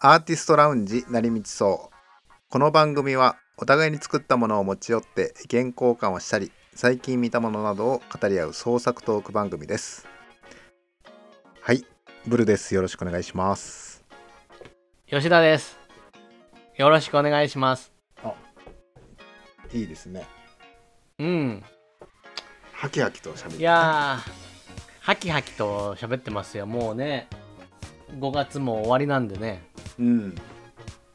アーティストラウンジ成道荘この番組はお互いに作ったものを持ち寄って意見交換をしたり最近見たものなどを語り合う創作トーク番組ですはいブルですよろしくお願いします吉田です。よろしくお願いします。いいですねうん。ハキハキと喋るいやー、ハキハキと喋ってますよ。もうね、5月も終わりなんでね。うん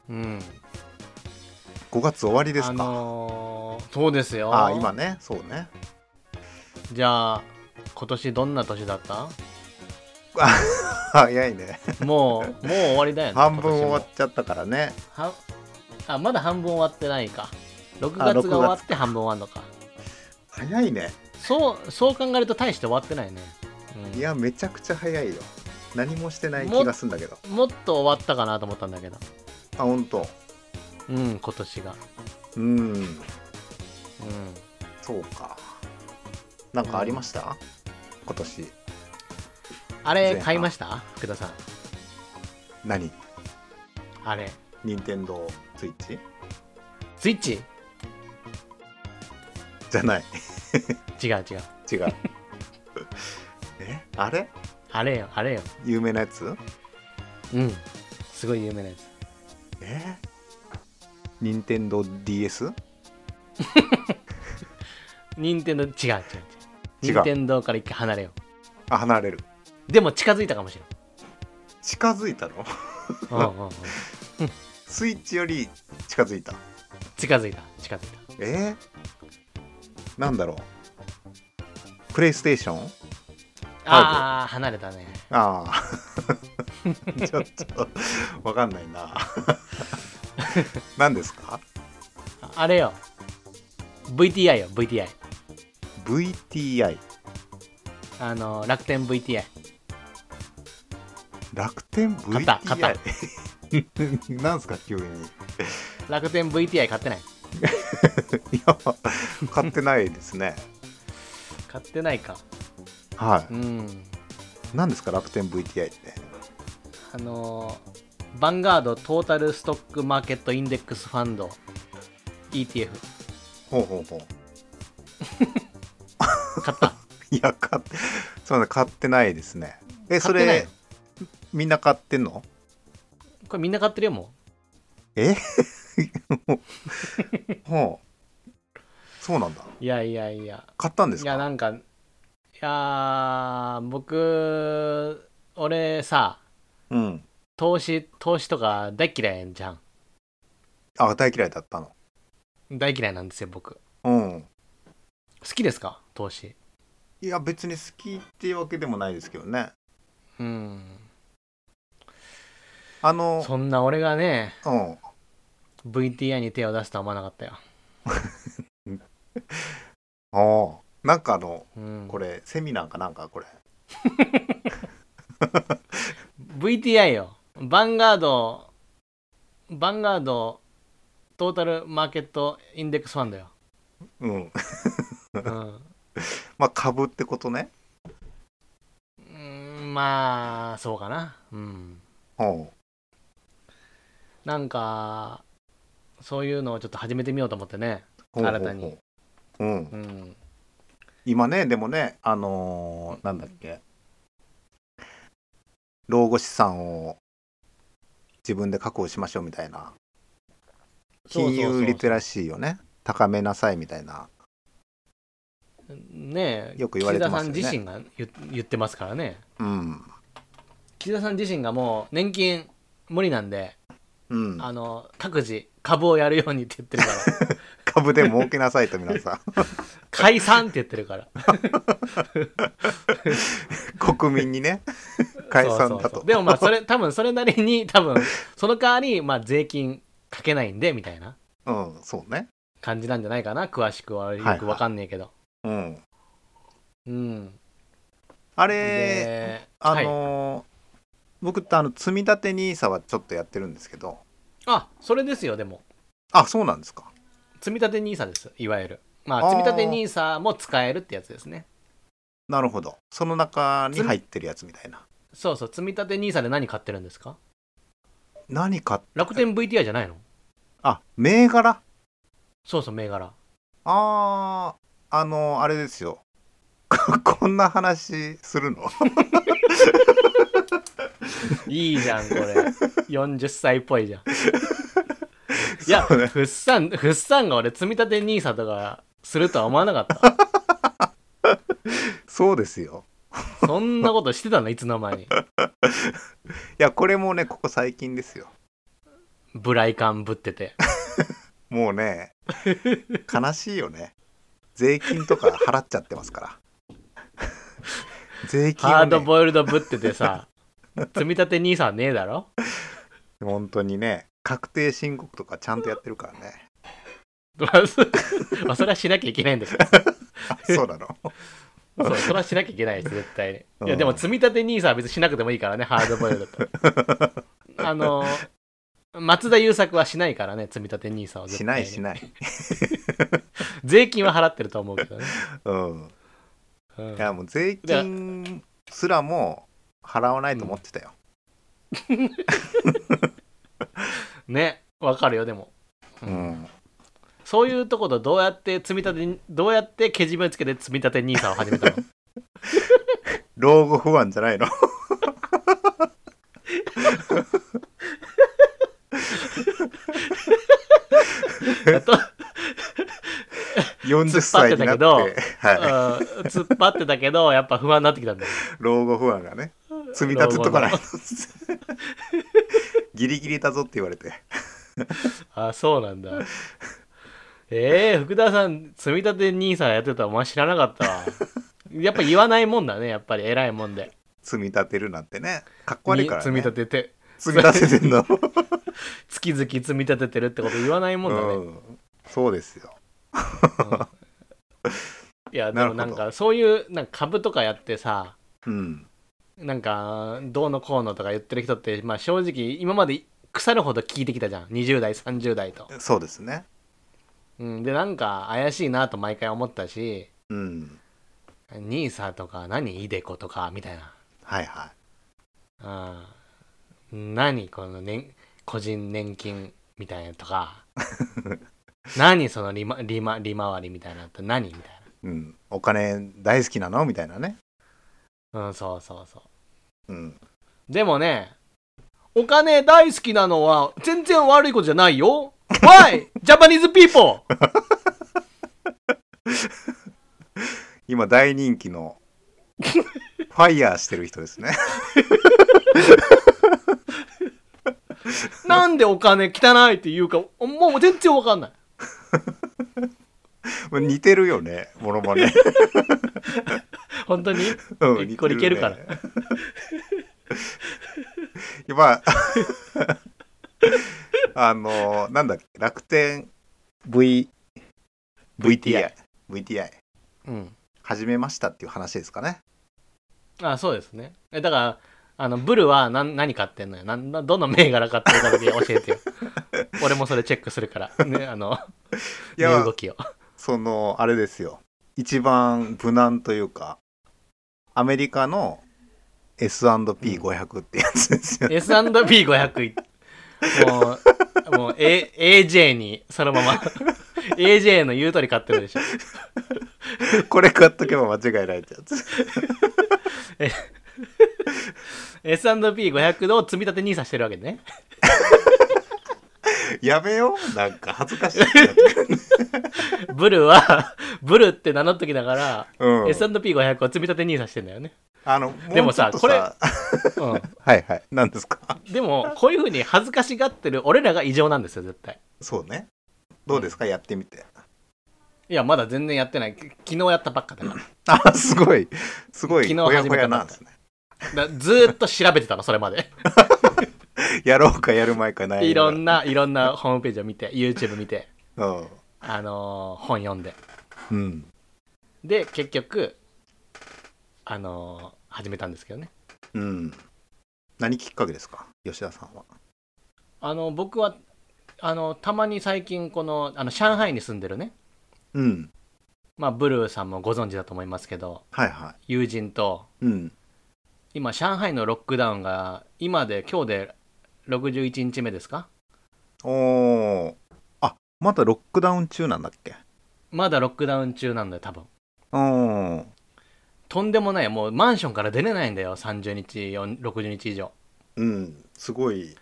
うん。 5月終わりですあか、あのー、そうですよ。ー今ねそう ねじゃあ、今年どんな年だった早いねもう、もう終わりだよね。 半分終わ今年っもちゃったからねはあ、まだ半分終わってないか。6あ月6が終わって半分終わるのか。早いねそう、そう考えると大して終わってないね。ういんやめちゃくちゃ早いよ何もしてない気がすんだけどもっと終わったかなと思ったんだけど。あ本当うん、今年が。うんうん。そうかなんかありました、今年あ前れ半買いました福田さん。何あれ。任天堂スイッチスイッチじゃない違う違う。違うえあれあれよ、あれよ。有名なやつうん。すごい有名なやつ。え任天堂 DS 任天堂違う違う違違う。う任天堂から一回離れよあ離れるう。でも近づいたかもしれ近づいたのん。うんうんうん。スイッチより近づいた近づいた、近づいえー、なんだろうプレイステーションた。ああ、離れたね。ああちょっとわかんないな何ですかああれよ。VTI よ、VTI。 VTI あの、楽天 VTI。楽天肩 VTI なんすか急に楽天 VTI 買ってない。いや買ってないですね買ってないか。はういん。何ですか楽天 VTI ってあのー、バンガードトータルストックマーケットインデックスファンド ETF ほうほうほう買った いや買ってそうね買ってないですねえそ買ってないれみんな買ってんのこれみんな買ってるよもえ ほうそうなんだういやいやいや買ったんですいかやなんかいやー僕俺さうん投資投資とか大嫌いじゃんあ大嫌いだったの大嫌いなんですよ僕うん好きですか投資いや別に好きっていうわけでもないですけどねうんあのそんな俺がねうん VTI に手を出すとは思わなかったよ、ああなんかあのうん、これセミナーかなんかこれ VTI よ。ヴァンガード、ヴァンガード、トータルマーケットインデックスファン ドよ。うん うん。まあ株ってことねうんまあ、そうかな。うん。うんなんか、そういうのをちょっと始めてみようと思ってね。新たにうんうんうん。今ねでもねあのーなんだっけ老後資産を自分で確保しましょうみたいなそ金うそうそう融リテラシーをね高めなさいみたいなねえ、よく言われてますよね岸田さん自身が言言ってますからね。うん岸田さん自身がもう年金無理なんで、うんあの、各自株をやるようにって言ってる から。株で儲けなさいと皆 さ解散って言ってるかんら。国民に ね解散だとそうそうそうでもまあそれ多分それな りに多分その代わりまあ税金かけないんでみたいなうんそうね感じなんじゃないかな詳しくはよはいくわかんねえけど、うんうんあでれあのー僕ってあの積み立て NISA はちょっとやってるんですけどはい、あそれですよでもあそうなんですか積み立て NISA ですいわゆるまあーあ積み立て NISA も使えるってやつですねなるほどその中に入ってるやつみたいなそうそう積み立て NISA で何買ってるんですか何か楽天 VTI じゃないのあ銘柄そうそう、銘柄。あーあのあれですよ こんな話するの いいじゃん、これ。40歳っ ぽいじゃん。いや、そうねふっさん、ふっさんが俺、積み立て NISA とかするとは思わなかった。そうですよそんなことしてたの、いつの間 に。いやこれもねここ最近ですよブライカンぶってて。もうね悲しいよね税金とか払っちゃってますから税金ハを、ードね、ボイルドぶっててさ、積み立て NISA ねえだろ 本当にね確定申告とかちゃんとやってるからねまあそまあそれはしなきゃいけないんですよ。あそうなのそう、それはしなきゃいけないです、絶対に。いうや、んでも、積み立て NISA は別にしなくてもいいからね、ハードボイルドと。 あの、松田優作はしないからね、積み立て NISA は絶し対なに。いしない税金は払ってると思うけどね。うんうんいやもう税金すらも払わないと思ってたよ、ね、わかるよ、でも。ううんん、そういうとことどうやって積み立てに、どうやってけじめつけて積み立て NISA を始め たの老後不安じゃないのやっと、うん40歳になって突っ張ってはい、突っ張ってたけど、やっぱ不安になってきたんだよ。老後不安がね積み立てとかない老と ギリギリだぞって言われてあ、そうなんだ。ええ福田さん、積み立て NISA やってたお前知らなかったわ。やっぱ言わないもんだね、やっぱり偉いもんで。積み立てるなんてねかっこ悪いから、ね、積み立てて、積み立ててんの、月々積み立ててるってこと言わないもんだね。うん、そうですよいや、でもななるんほどかそういうなんか株とかやってさ、うんなんかどうのこうのとか言ってる人って、まあ、正直今まで腐るほど聞いてきたじゃん20代30代と、そうですねうん、でなんか怪しいなと毎回思ったしうんニーサとか何イデコとかみたいはいはな、うん、何この、ね、個人年金みたいなとか何その利,、ま、利,、ま、利回りみたいなって何みたいい、うん、お金大好きなのみたいなねなうんそうそうそううんでもね、お金大好きなのは全然悪いことじゃないよ。Why? Japanese people! 今大人気 のファイヤーしてる人ですね なんでお金汚いって言うか、もう全然わかんない。もう似てるよねモノ マネ本当にうん一個でいけるから似て ねまあ あのなんだっけ楽天 V VTI VTI うん。始めましたっていう話ですかねあ、そうですね。え、だから、あの、ブルは何何買ってんのよ。なんなどの銘柄買ってるかだけ教えて よ。俺もそれチェックするから。ね、あの、い値や動きを。そのあれですよ一番無難というかアメリカの S&P500 ってやつですよ、ね S&P500 もう、もう、A、AJ にその まま AJ の言う通り買ってるでしょ。これ買っとけば間違いないってやつ S&P500 を積み立て NISA してるわけね。 やめようなんか恥ず かしいブルは、ブルって名乗っときながら、うん S&P500 を積み立て NISA してんだよね。あのでもさうちょっとこれはうい はい何ですかん。でも、こういうふうに恥ずかしがってる俺らが異常なんですよ、絶対。そうねどうですかやってみて いや、まだ全然やってない。き昨日やったばっかだかあすごいすごい昨日ほや初めてほやなんですねら。だずーっと調べてたの、それまで。やろうかやる前かないいろんな、いろんなホームページを見て、YouTube 見て、うん、あのー本読んで。うん、で、結局、あのー始めたんですけどね。うん。何きっかけですか吉田さんは。あの、僕は、あの、たまに最近、この、あの、上海に住んでるね、うん。まあ、ブルーさんもご存知だと思いますけど、はいは友人と、い。うん。今、上海のロックダウンが、今で、今日で61日目ですかおおあまだロックダウン中なんだっけまだロックダウン中なんだよ多分おおとんでもないもうマンションから出れないんだよ30日4 60日以上うんすごい、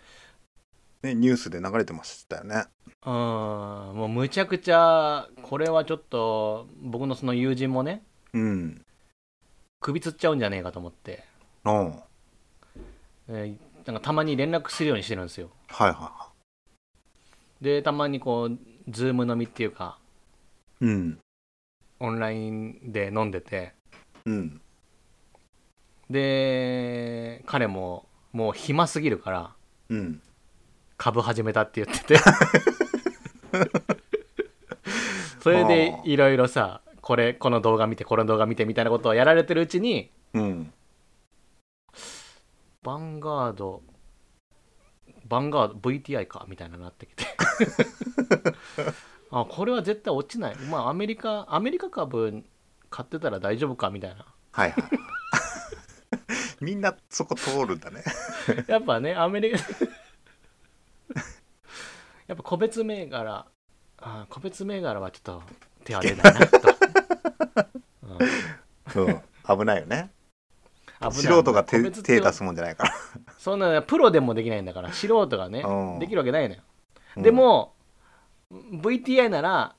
ね、ニュースで流れてましたよねうーんもうむちゃくちゃこれはちょっと僕のその友人もねうん首つっちゃうんじゃねえかと思って、おおはいえーなんかたまに連絡するようにしてるんですよはいはでたまにこうズーム飲みっていうかいうんオンラインで飲んでてうんで彼ももう暇すぎるからうん株始めたって言っててそれでいろいろさこれこの動画見てこの動画見てみたいなことをやられてるうちにうんヴァンガードヴァンガード VTI かみたいなのになってきてあこれは絶対落ちないまあアメリカアメリカ株買ってたら大丈夫かみたいなはいはい みんなそこ通るんだねやっぱねアメリカ やっぱ個別銘柄あ個別銘柄はちょっと手は出ないなと、うんうん危ないよね危ない素人が個手別って手出すもんじゃないからそんなプロでもできないんだから素人がねうんできるわけないのよ、で、も VTI なら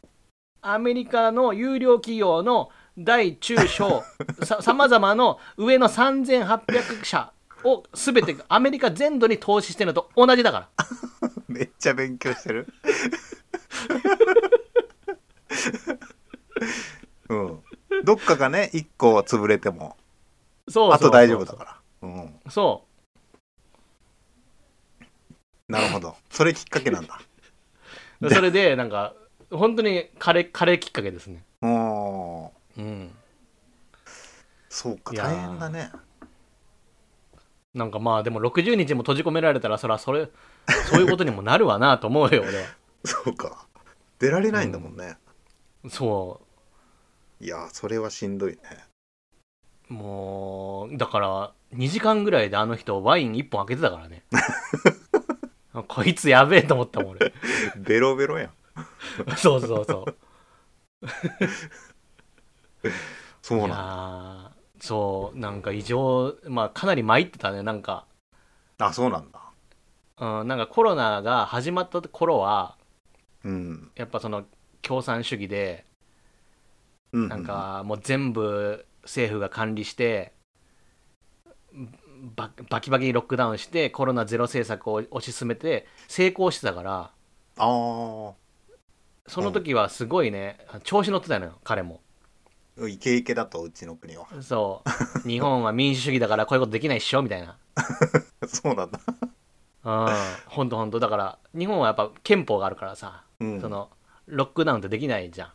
アメリカの有料企業の大中小 ささまざまの上の3800社を全てアメリカ全土に投資してるのと同じだからうんめっちゃ勉強して るうんどっかがね1個潰れてもそうそうあそうと大丈夫だからうんそなるほどそれきっかけなんだ うでそれでなんか本当に彼彼きっかけですねうんうんそうかいやー大変だねなんかまあでも60日も閉じ込められたらそらそれそういうことにもなるわなと思うよ俺はそうか出られないんだもんね、そいやーそれはしんどいねうもうだから2時間ぐらいであの人ワイン1本開けてたか らねこいつやべえと思ったもん俺ベロベロやんそうそうそうそういやなんだーそうなんか異常まあかなり参ってたねなんか、あそうなんだうん、なんかコロナが始まった頃はうんやっぱその共産主義でううなんかもう全部政府が管理してババキバキにロックダウンしてコロナゼロ政策を推し進めて成功してたからあーその時はすごいね調子乗ってたのよ彼もイケイケだとうちの国は そう 日本は民主主義だからこういうことできないっしょみたいなそうなんだうんほんとほんとだから日本はやっぱ憲法があるからさ、うんそのロックダウンってできないじゃん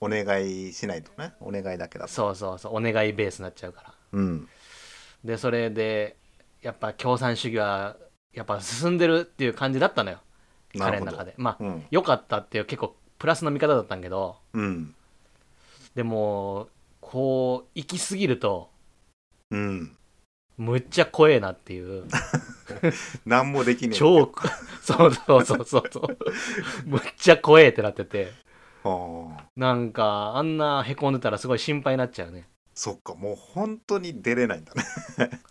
お願いしないとねお願いだけだとそうそうそうお願いベースになっちゃうからうんでそれでやっぱ共産主義はやっぱ進んでるっていう感じだったのよな彼るのほど中でまあうん良かったっていう結構プラスの見方だったんだけどうんでもこう行き過ぎるとうんむっちゃ怖えなっ ていう何もできねえ超そうそうそうそうそうむっちゃ怖えってなっててあーなんかあんなへこんでたらすごい心配になっちゃうねそっかもう本当に出れないんだね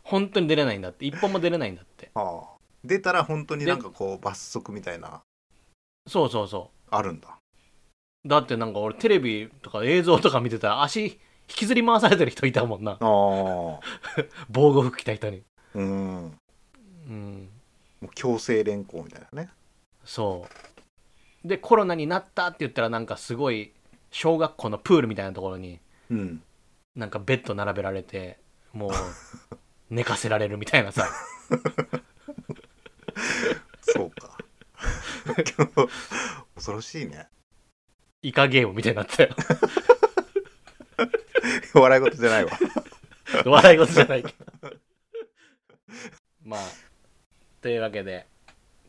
本当に出れないんだって一本も出れないんだってああ出たら本当になんかこう罰則みたいなそうそうそあるんだうだってなんか俺テレビとか映像とか見てたら足引きずり回されてる人いたもんなああ防護服着た人にうんもうんう強制連行みたいなねそうでコロナになったって言ったらなんかすごい小学校のプールみたいなところにうんなんかベッド並べられて もう寝かせられるみたいなさそうか 今日恐ろしいねイカゲームみたいになったよ笑い事じゃないわ 笑い事じゃないけどまあというわけで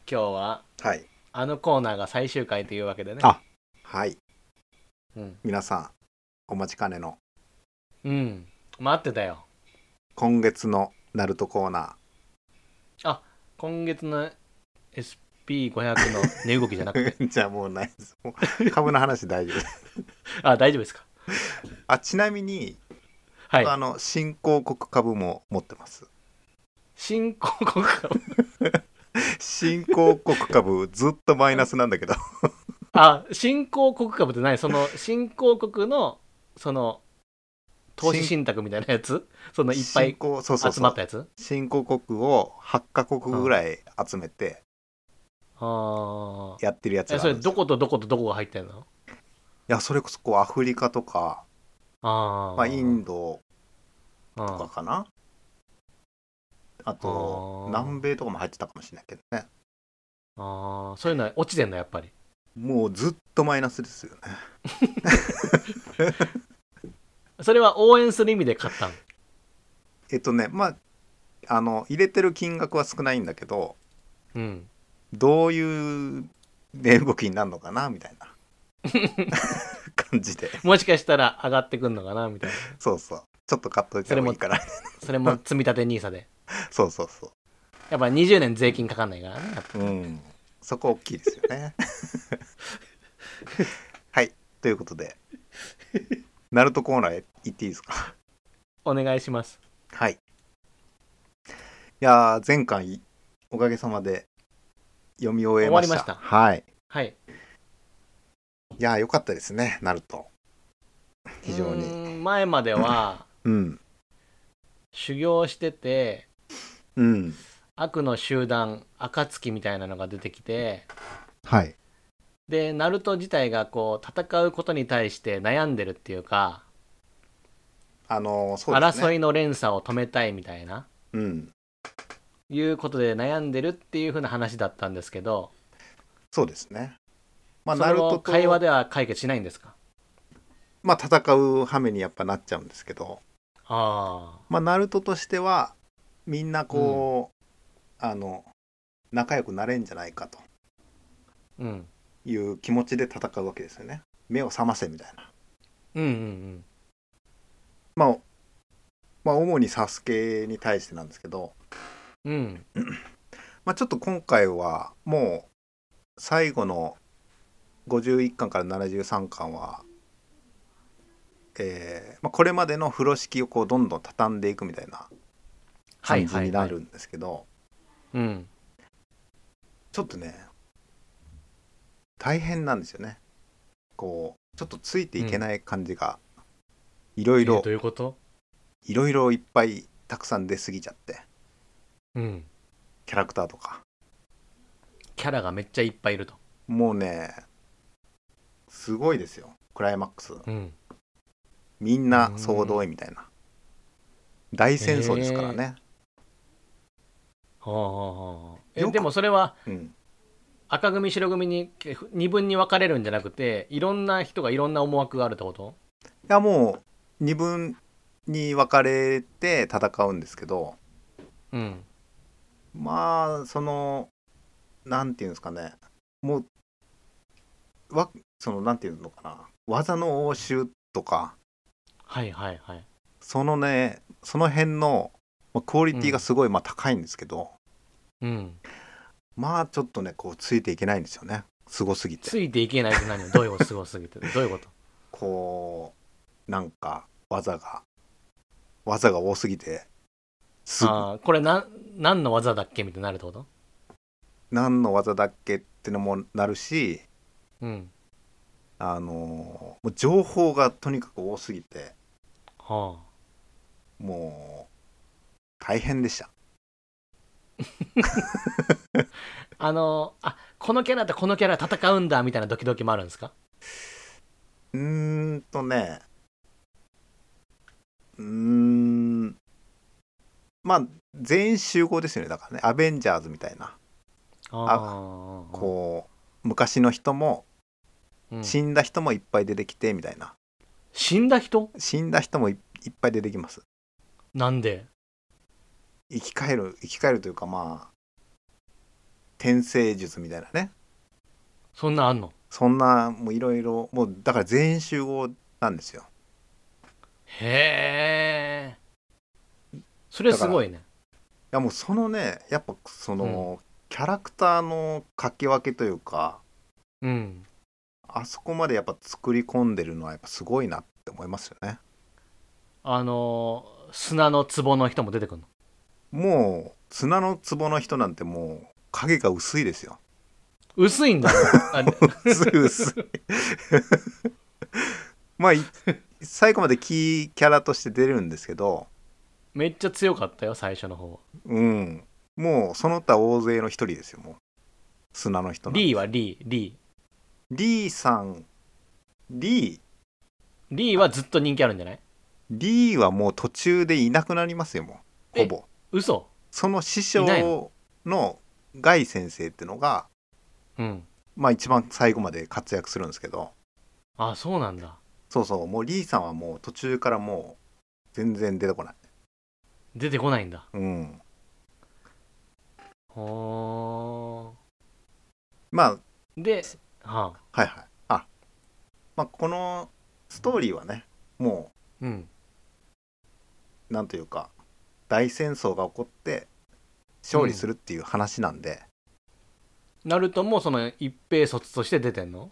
今日ははいあのコーナーが最終回というわけでねあはいうん、皆さんお待ちかねのうん、待ってたよ今月のナルトコーナー今月の SP500 の値動きじゃなく てじゃあもうないですもう株の話大丈夫ですあ大丈夫ですかあちなみに、はいあの新興国株も持ってます新興国株新興国株ずっとマイナスなんだけどあ新興国株って何その新興国のその投資信託みたいなやつそのいっぱ新い興そうそう集そまうったやつ新興国を8カ国ぐらい集めてああやってるやつがえあそるんれですよどことどことどこが入ってんのいやそれこそこうアフリカとか、ああまあ、インドあとかーかなあとあー南米とかも入ってたかもしれないけどねあーそういうのは落ちてんのやっぱりもうずっとマイナスですよねそれは応援する意味で買ったのえっとねまああの入れてる金額は少ないんだけどうんどういう値動きになるのかなみたい な感じでもしかしたら上がってくんのかなみたいなそうそうちょっと買っといてもいいからそれも積み立て NISA でそうそうそやっぱ20年税金かかんないからねやっぱううんそこ大きいですよ ねはいということでナルトコーナーへ行っていいですかお願いしますはいいやー前回おかげさまで読み終えました終わりましたはいはいいやーよかったですねナルト非常うにーん前まではうん修行しててうん悪の集団暁みたいなのが出てきてはいでナルト自体がこう戦うことに対して悩んでるっていうかあのーそうですね争いの連鎖を止めたいみたいなうんいうことで悩んでるっていう風な話だったんですけど、そうですねまあそナれルトをと会話では解決しないんですかまあ戦う羽目にやっぱなっちゃうんですけどあまあナルトとしてはみんなこう、あの仲良くなれんじゃないかとあうんいう気持ちで戦うわけですよね目を覚ませみたいなうんうんまあまあ主にサスケに対してなんですけど、うんうんまあ、ちょっと今回はもう最後の51巻から73巻は、えーまあ、これまでの風呂敷をこうどんどん畳んでいくみたいな感じになるんですけど、うんちょっとね大変なんですよねこうちょっとついていけない感じが、いろいえろーどういうこといろいろいっぱいたくさん出過ぎちゃってうんキャラクターとかキャラがめっちゃいっぱいいるともうねすごいですよクライマックスうんみんな総動員みたいな大戦争ですからね、はあはあはあえよくでもそれはうん、赤組白組にけ二分に分かれるんじゃなくていろんな人がいろんな思惑があるってこといやもう二分に分かれて戦うんですけどうんまあそのなんていうんですかねもうわそのなんていうのかな技の応酬とかはいはいはいそのねその辺のまあクオリティがすごいまあ高いんですけど、うんまあちょっとねこうついていけないんですよねすごすぎてついていけないって何を どういうことすごすぎてどういうことこうなんか技が技が多すぎてすあーこれなん何の技だっけみたいになるってこと何の技だっけってのもなるしうんあのーもう情報がとにかく多すぎてはもう大変でしたああのあこのキャラとこのキャラ戦うんだみたいなドキドキもあるんですかうーんとねうーんまあ全員集合ですよねだからねアベンジャーズみたいなああこう昔の人もうん、死んだ人もいっぱい出てきてみたいな死んだ人死んだ人もいいっぱい出てきますなんで生き返る生き返るというかまあ転生術みたいなねそんなんあんのそんなもういろいろもうだから全員集合なんですよへえそれすごいねいやもうそのねやっぱその、キャラクターの書き分けというかうん、あそこまでやっぱ作り込んでるのはやっぱすごいなって思いますよねあのー砂の壺の人も出てくるのもう砂の壺の人なんてもう影が薄いですよ薄いんだ よあ薄い薄いまあい最後までキーキャラとして出るんですけどめっちゃ強かったよ最初の方うんもうその他大勢の一人ですよもう砂の人のリーはリーリリーさんリーーリーはずっと人気あるんじゃないリーはもう途中でいなくなりますよもうほぼ嘘その師いない匠のガイ先生ってのがうんまあ一番最後まで活躍するんですけどあそうなんだそうそうもうリーさんはもう途中からもう全然出てこない出てこないんだうんほまあーで、はあ、はいはいあまあこのストーリーはねもうんうなんというか大戦争が起こって勝利するっていう話なんで、ナルトもその一平卒として出てんの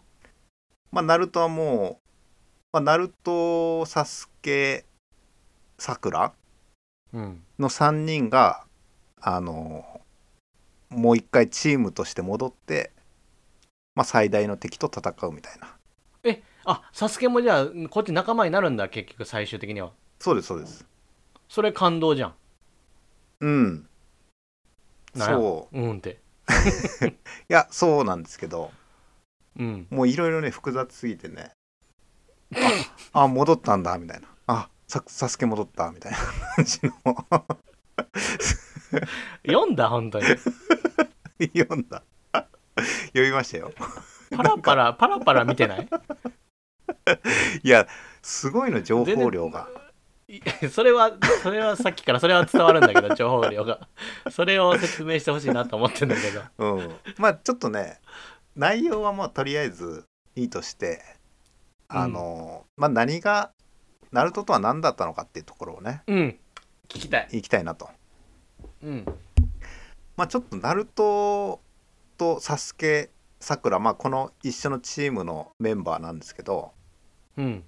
まあナルトはもう、まあ、ナルトサスケさくらうんの3人があのもう一回チームとして戻って、まあ、最大の敵と戦うみたいなあサスケもじゃあこっち仲間になるんだ結局最終的にはそうですそうですそれ感動じゃんうんなんやそううんってういやそうなんですけどうんもういろいろね複雑すぎてねああ戻ったんだみたいなあササスケ戻ったみたいな感じの 読んだ本当に読んだ 読みましたよパラパラパラパラ見てない いやすごいの情報量がい やそれはそれはさっきからそれは伝わるんだけ ど情報量がそれを説明してほしいなと思ってんだけどうん、まあちょっとね内容はまあとりあえずいいとしてあの、まあ何がナルトとは何だったのかっていうところをねうん聞きたいいきたいなとうんまあちょっとナルトとサスケさくらまあこの一緒のチームのメンバーなんですけどうん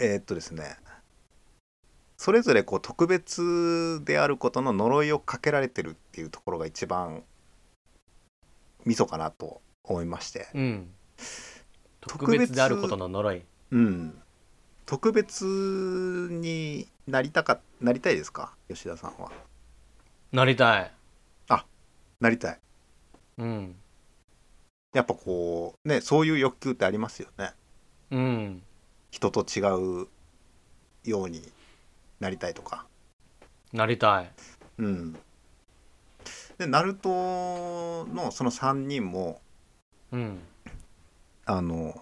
えーっとですねそれぞれこう特別であることの呪いをかけられてるっていうところが一番ミソかなと思いましてうん特別特別であることの呪いうん。特別になりたか、なりたいですか吉田さんは。なりたいなりたい。うんやっぱこう、ね、そういう欲求ってありますよね。うん人と違うようになりたいとか。なりたいうん。で、ナルトのその3人も、うんあの、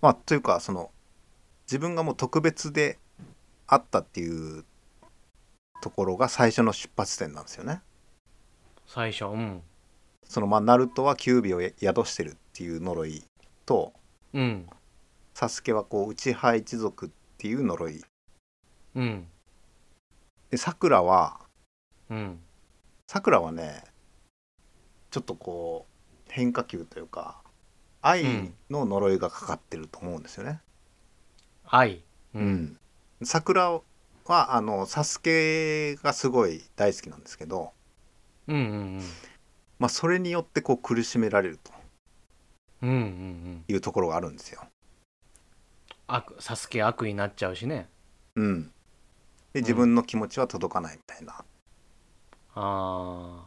まあ、というか、その、自分がもう特別であったっていうところが最初の出発点なんですよね。最初うんそのまあナルトは九尾をや宿してるっていう呪いとうんサスケはこう内派一族っていう呪いうんでさくらはうんさくらはねちょっとこう変化球というか愛の呪いがかかってると思うんですよね。愛うさくらはあのサスケがすごい大好きなんですけど、うんうんまあ、それによってこう苦しめられるとうんうんうんうんいうところがあるんですよ。悪サスケ悪になっちゃうしねうん、でん自分の気持ちは届かないみたいな。あ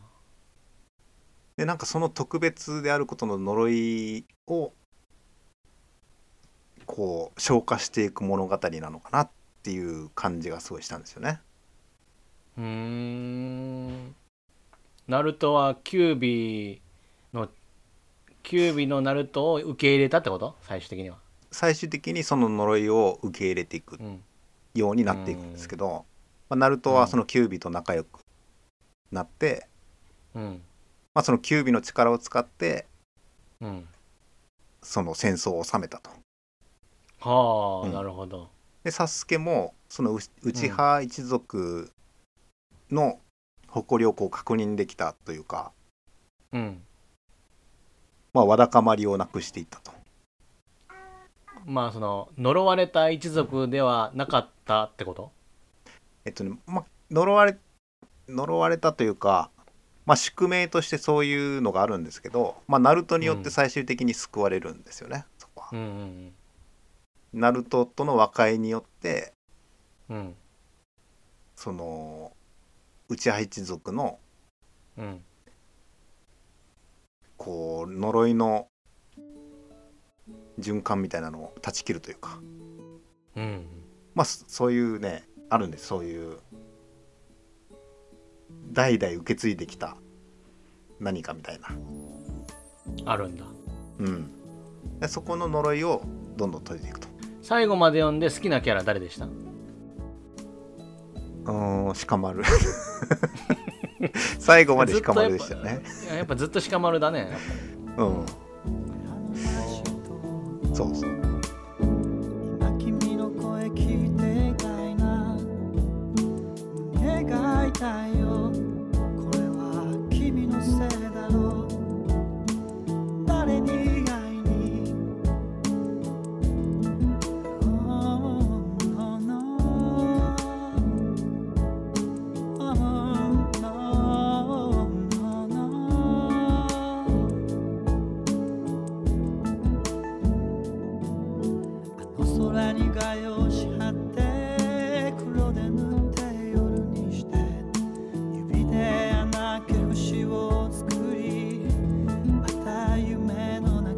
でなんかその特別であることの呪いをこう消化していく物語なのかなっていう感じがすごいしたんですよね。ーうーんナルトはキュービーのキュービーのナルトを受け入れたってこと最終的には最終的にその呪いを受け入れていくうんようになっていくんですけど、まあ、ナルトはそのキュービと仲良くなって、うんまあ、そのキュービの力を使ってうんその戦争を収めたと。はあ、うんなるほどでサスケもそのう内派一族の誇りをこう確認できたというか、うんまあ、わだかまりをなくしていったと。まあその呪われた一族ではなかったってことえっとね、まあ、呪われ呪われたというか、まあ、宿命としてそういうのがあるんですけど、まあ、ナルトによっうんて最終的に救われるんですよね、そこはう。んうんナルトとの和解によってうんうんその内派一族のうんこう呪いの循環みたいなのを断ち切るというか、うんまあ、そそういうねあるんですそういう代々受け継いできた何かみたいな、あるんだうん、でそこの呪いをどんどん解いていくと。最後まで読んで好きなキャラ誰でしたうーん、鹿丸。 最後まで鹿丸でしたよね。ずっとやっぱいややっぱずっと鹿丸だねやっうん。そうそう。今君の声聞いていたいな願いたいよこれは君のせいだろう誰に会いに Oh, oh, no. Oh, no, no, no. あの空に画用し張って黒で塗って夜にして指で穴あけ節を作りまた夢の中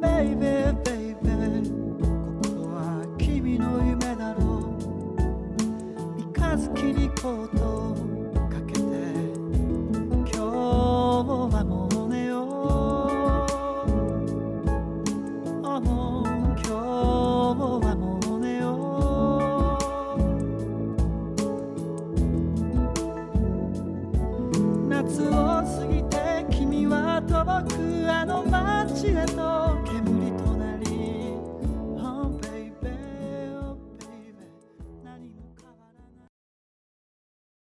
ベイベーベイベーここは君の夢だろう三日月にコートをかけて今日はもう寝ようあもう今日はもう寝よう夏を過ぎて君は遠くあの街へと煙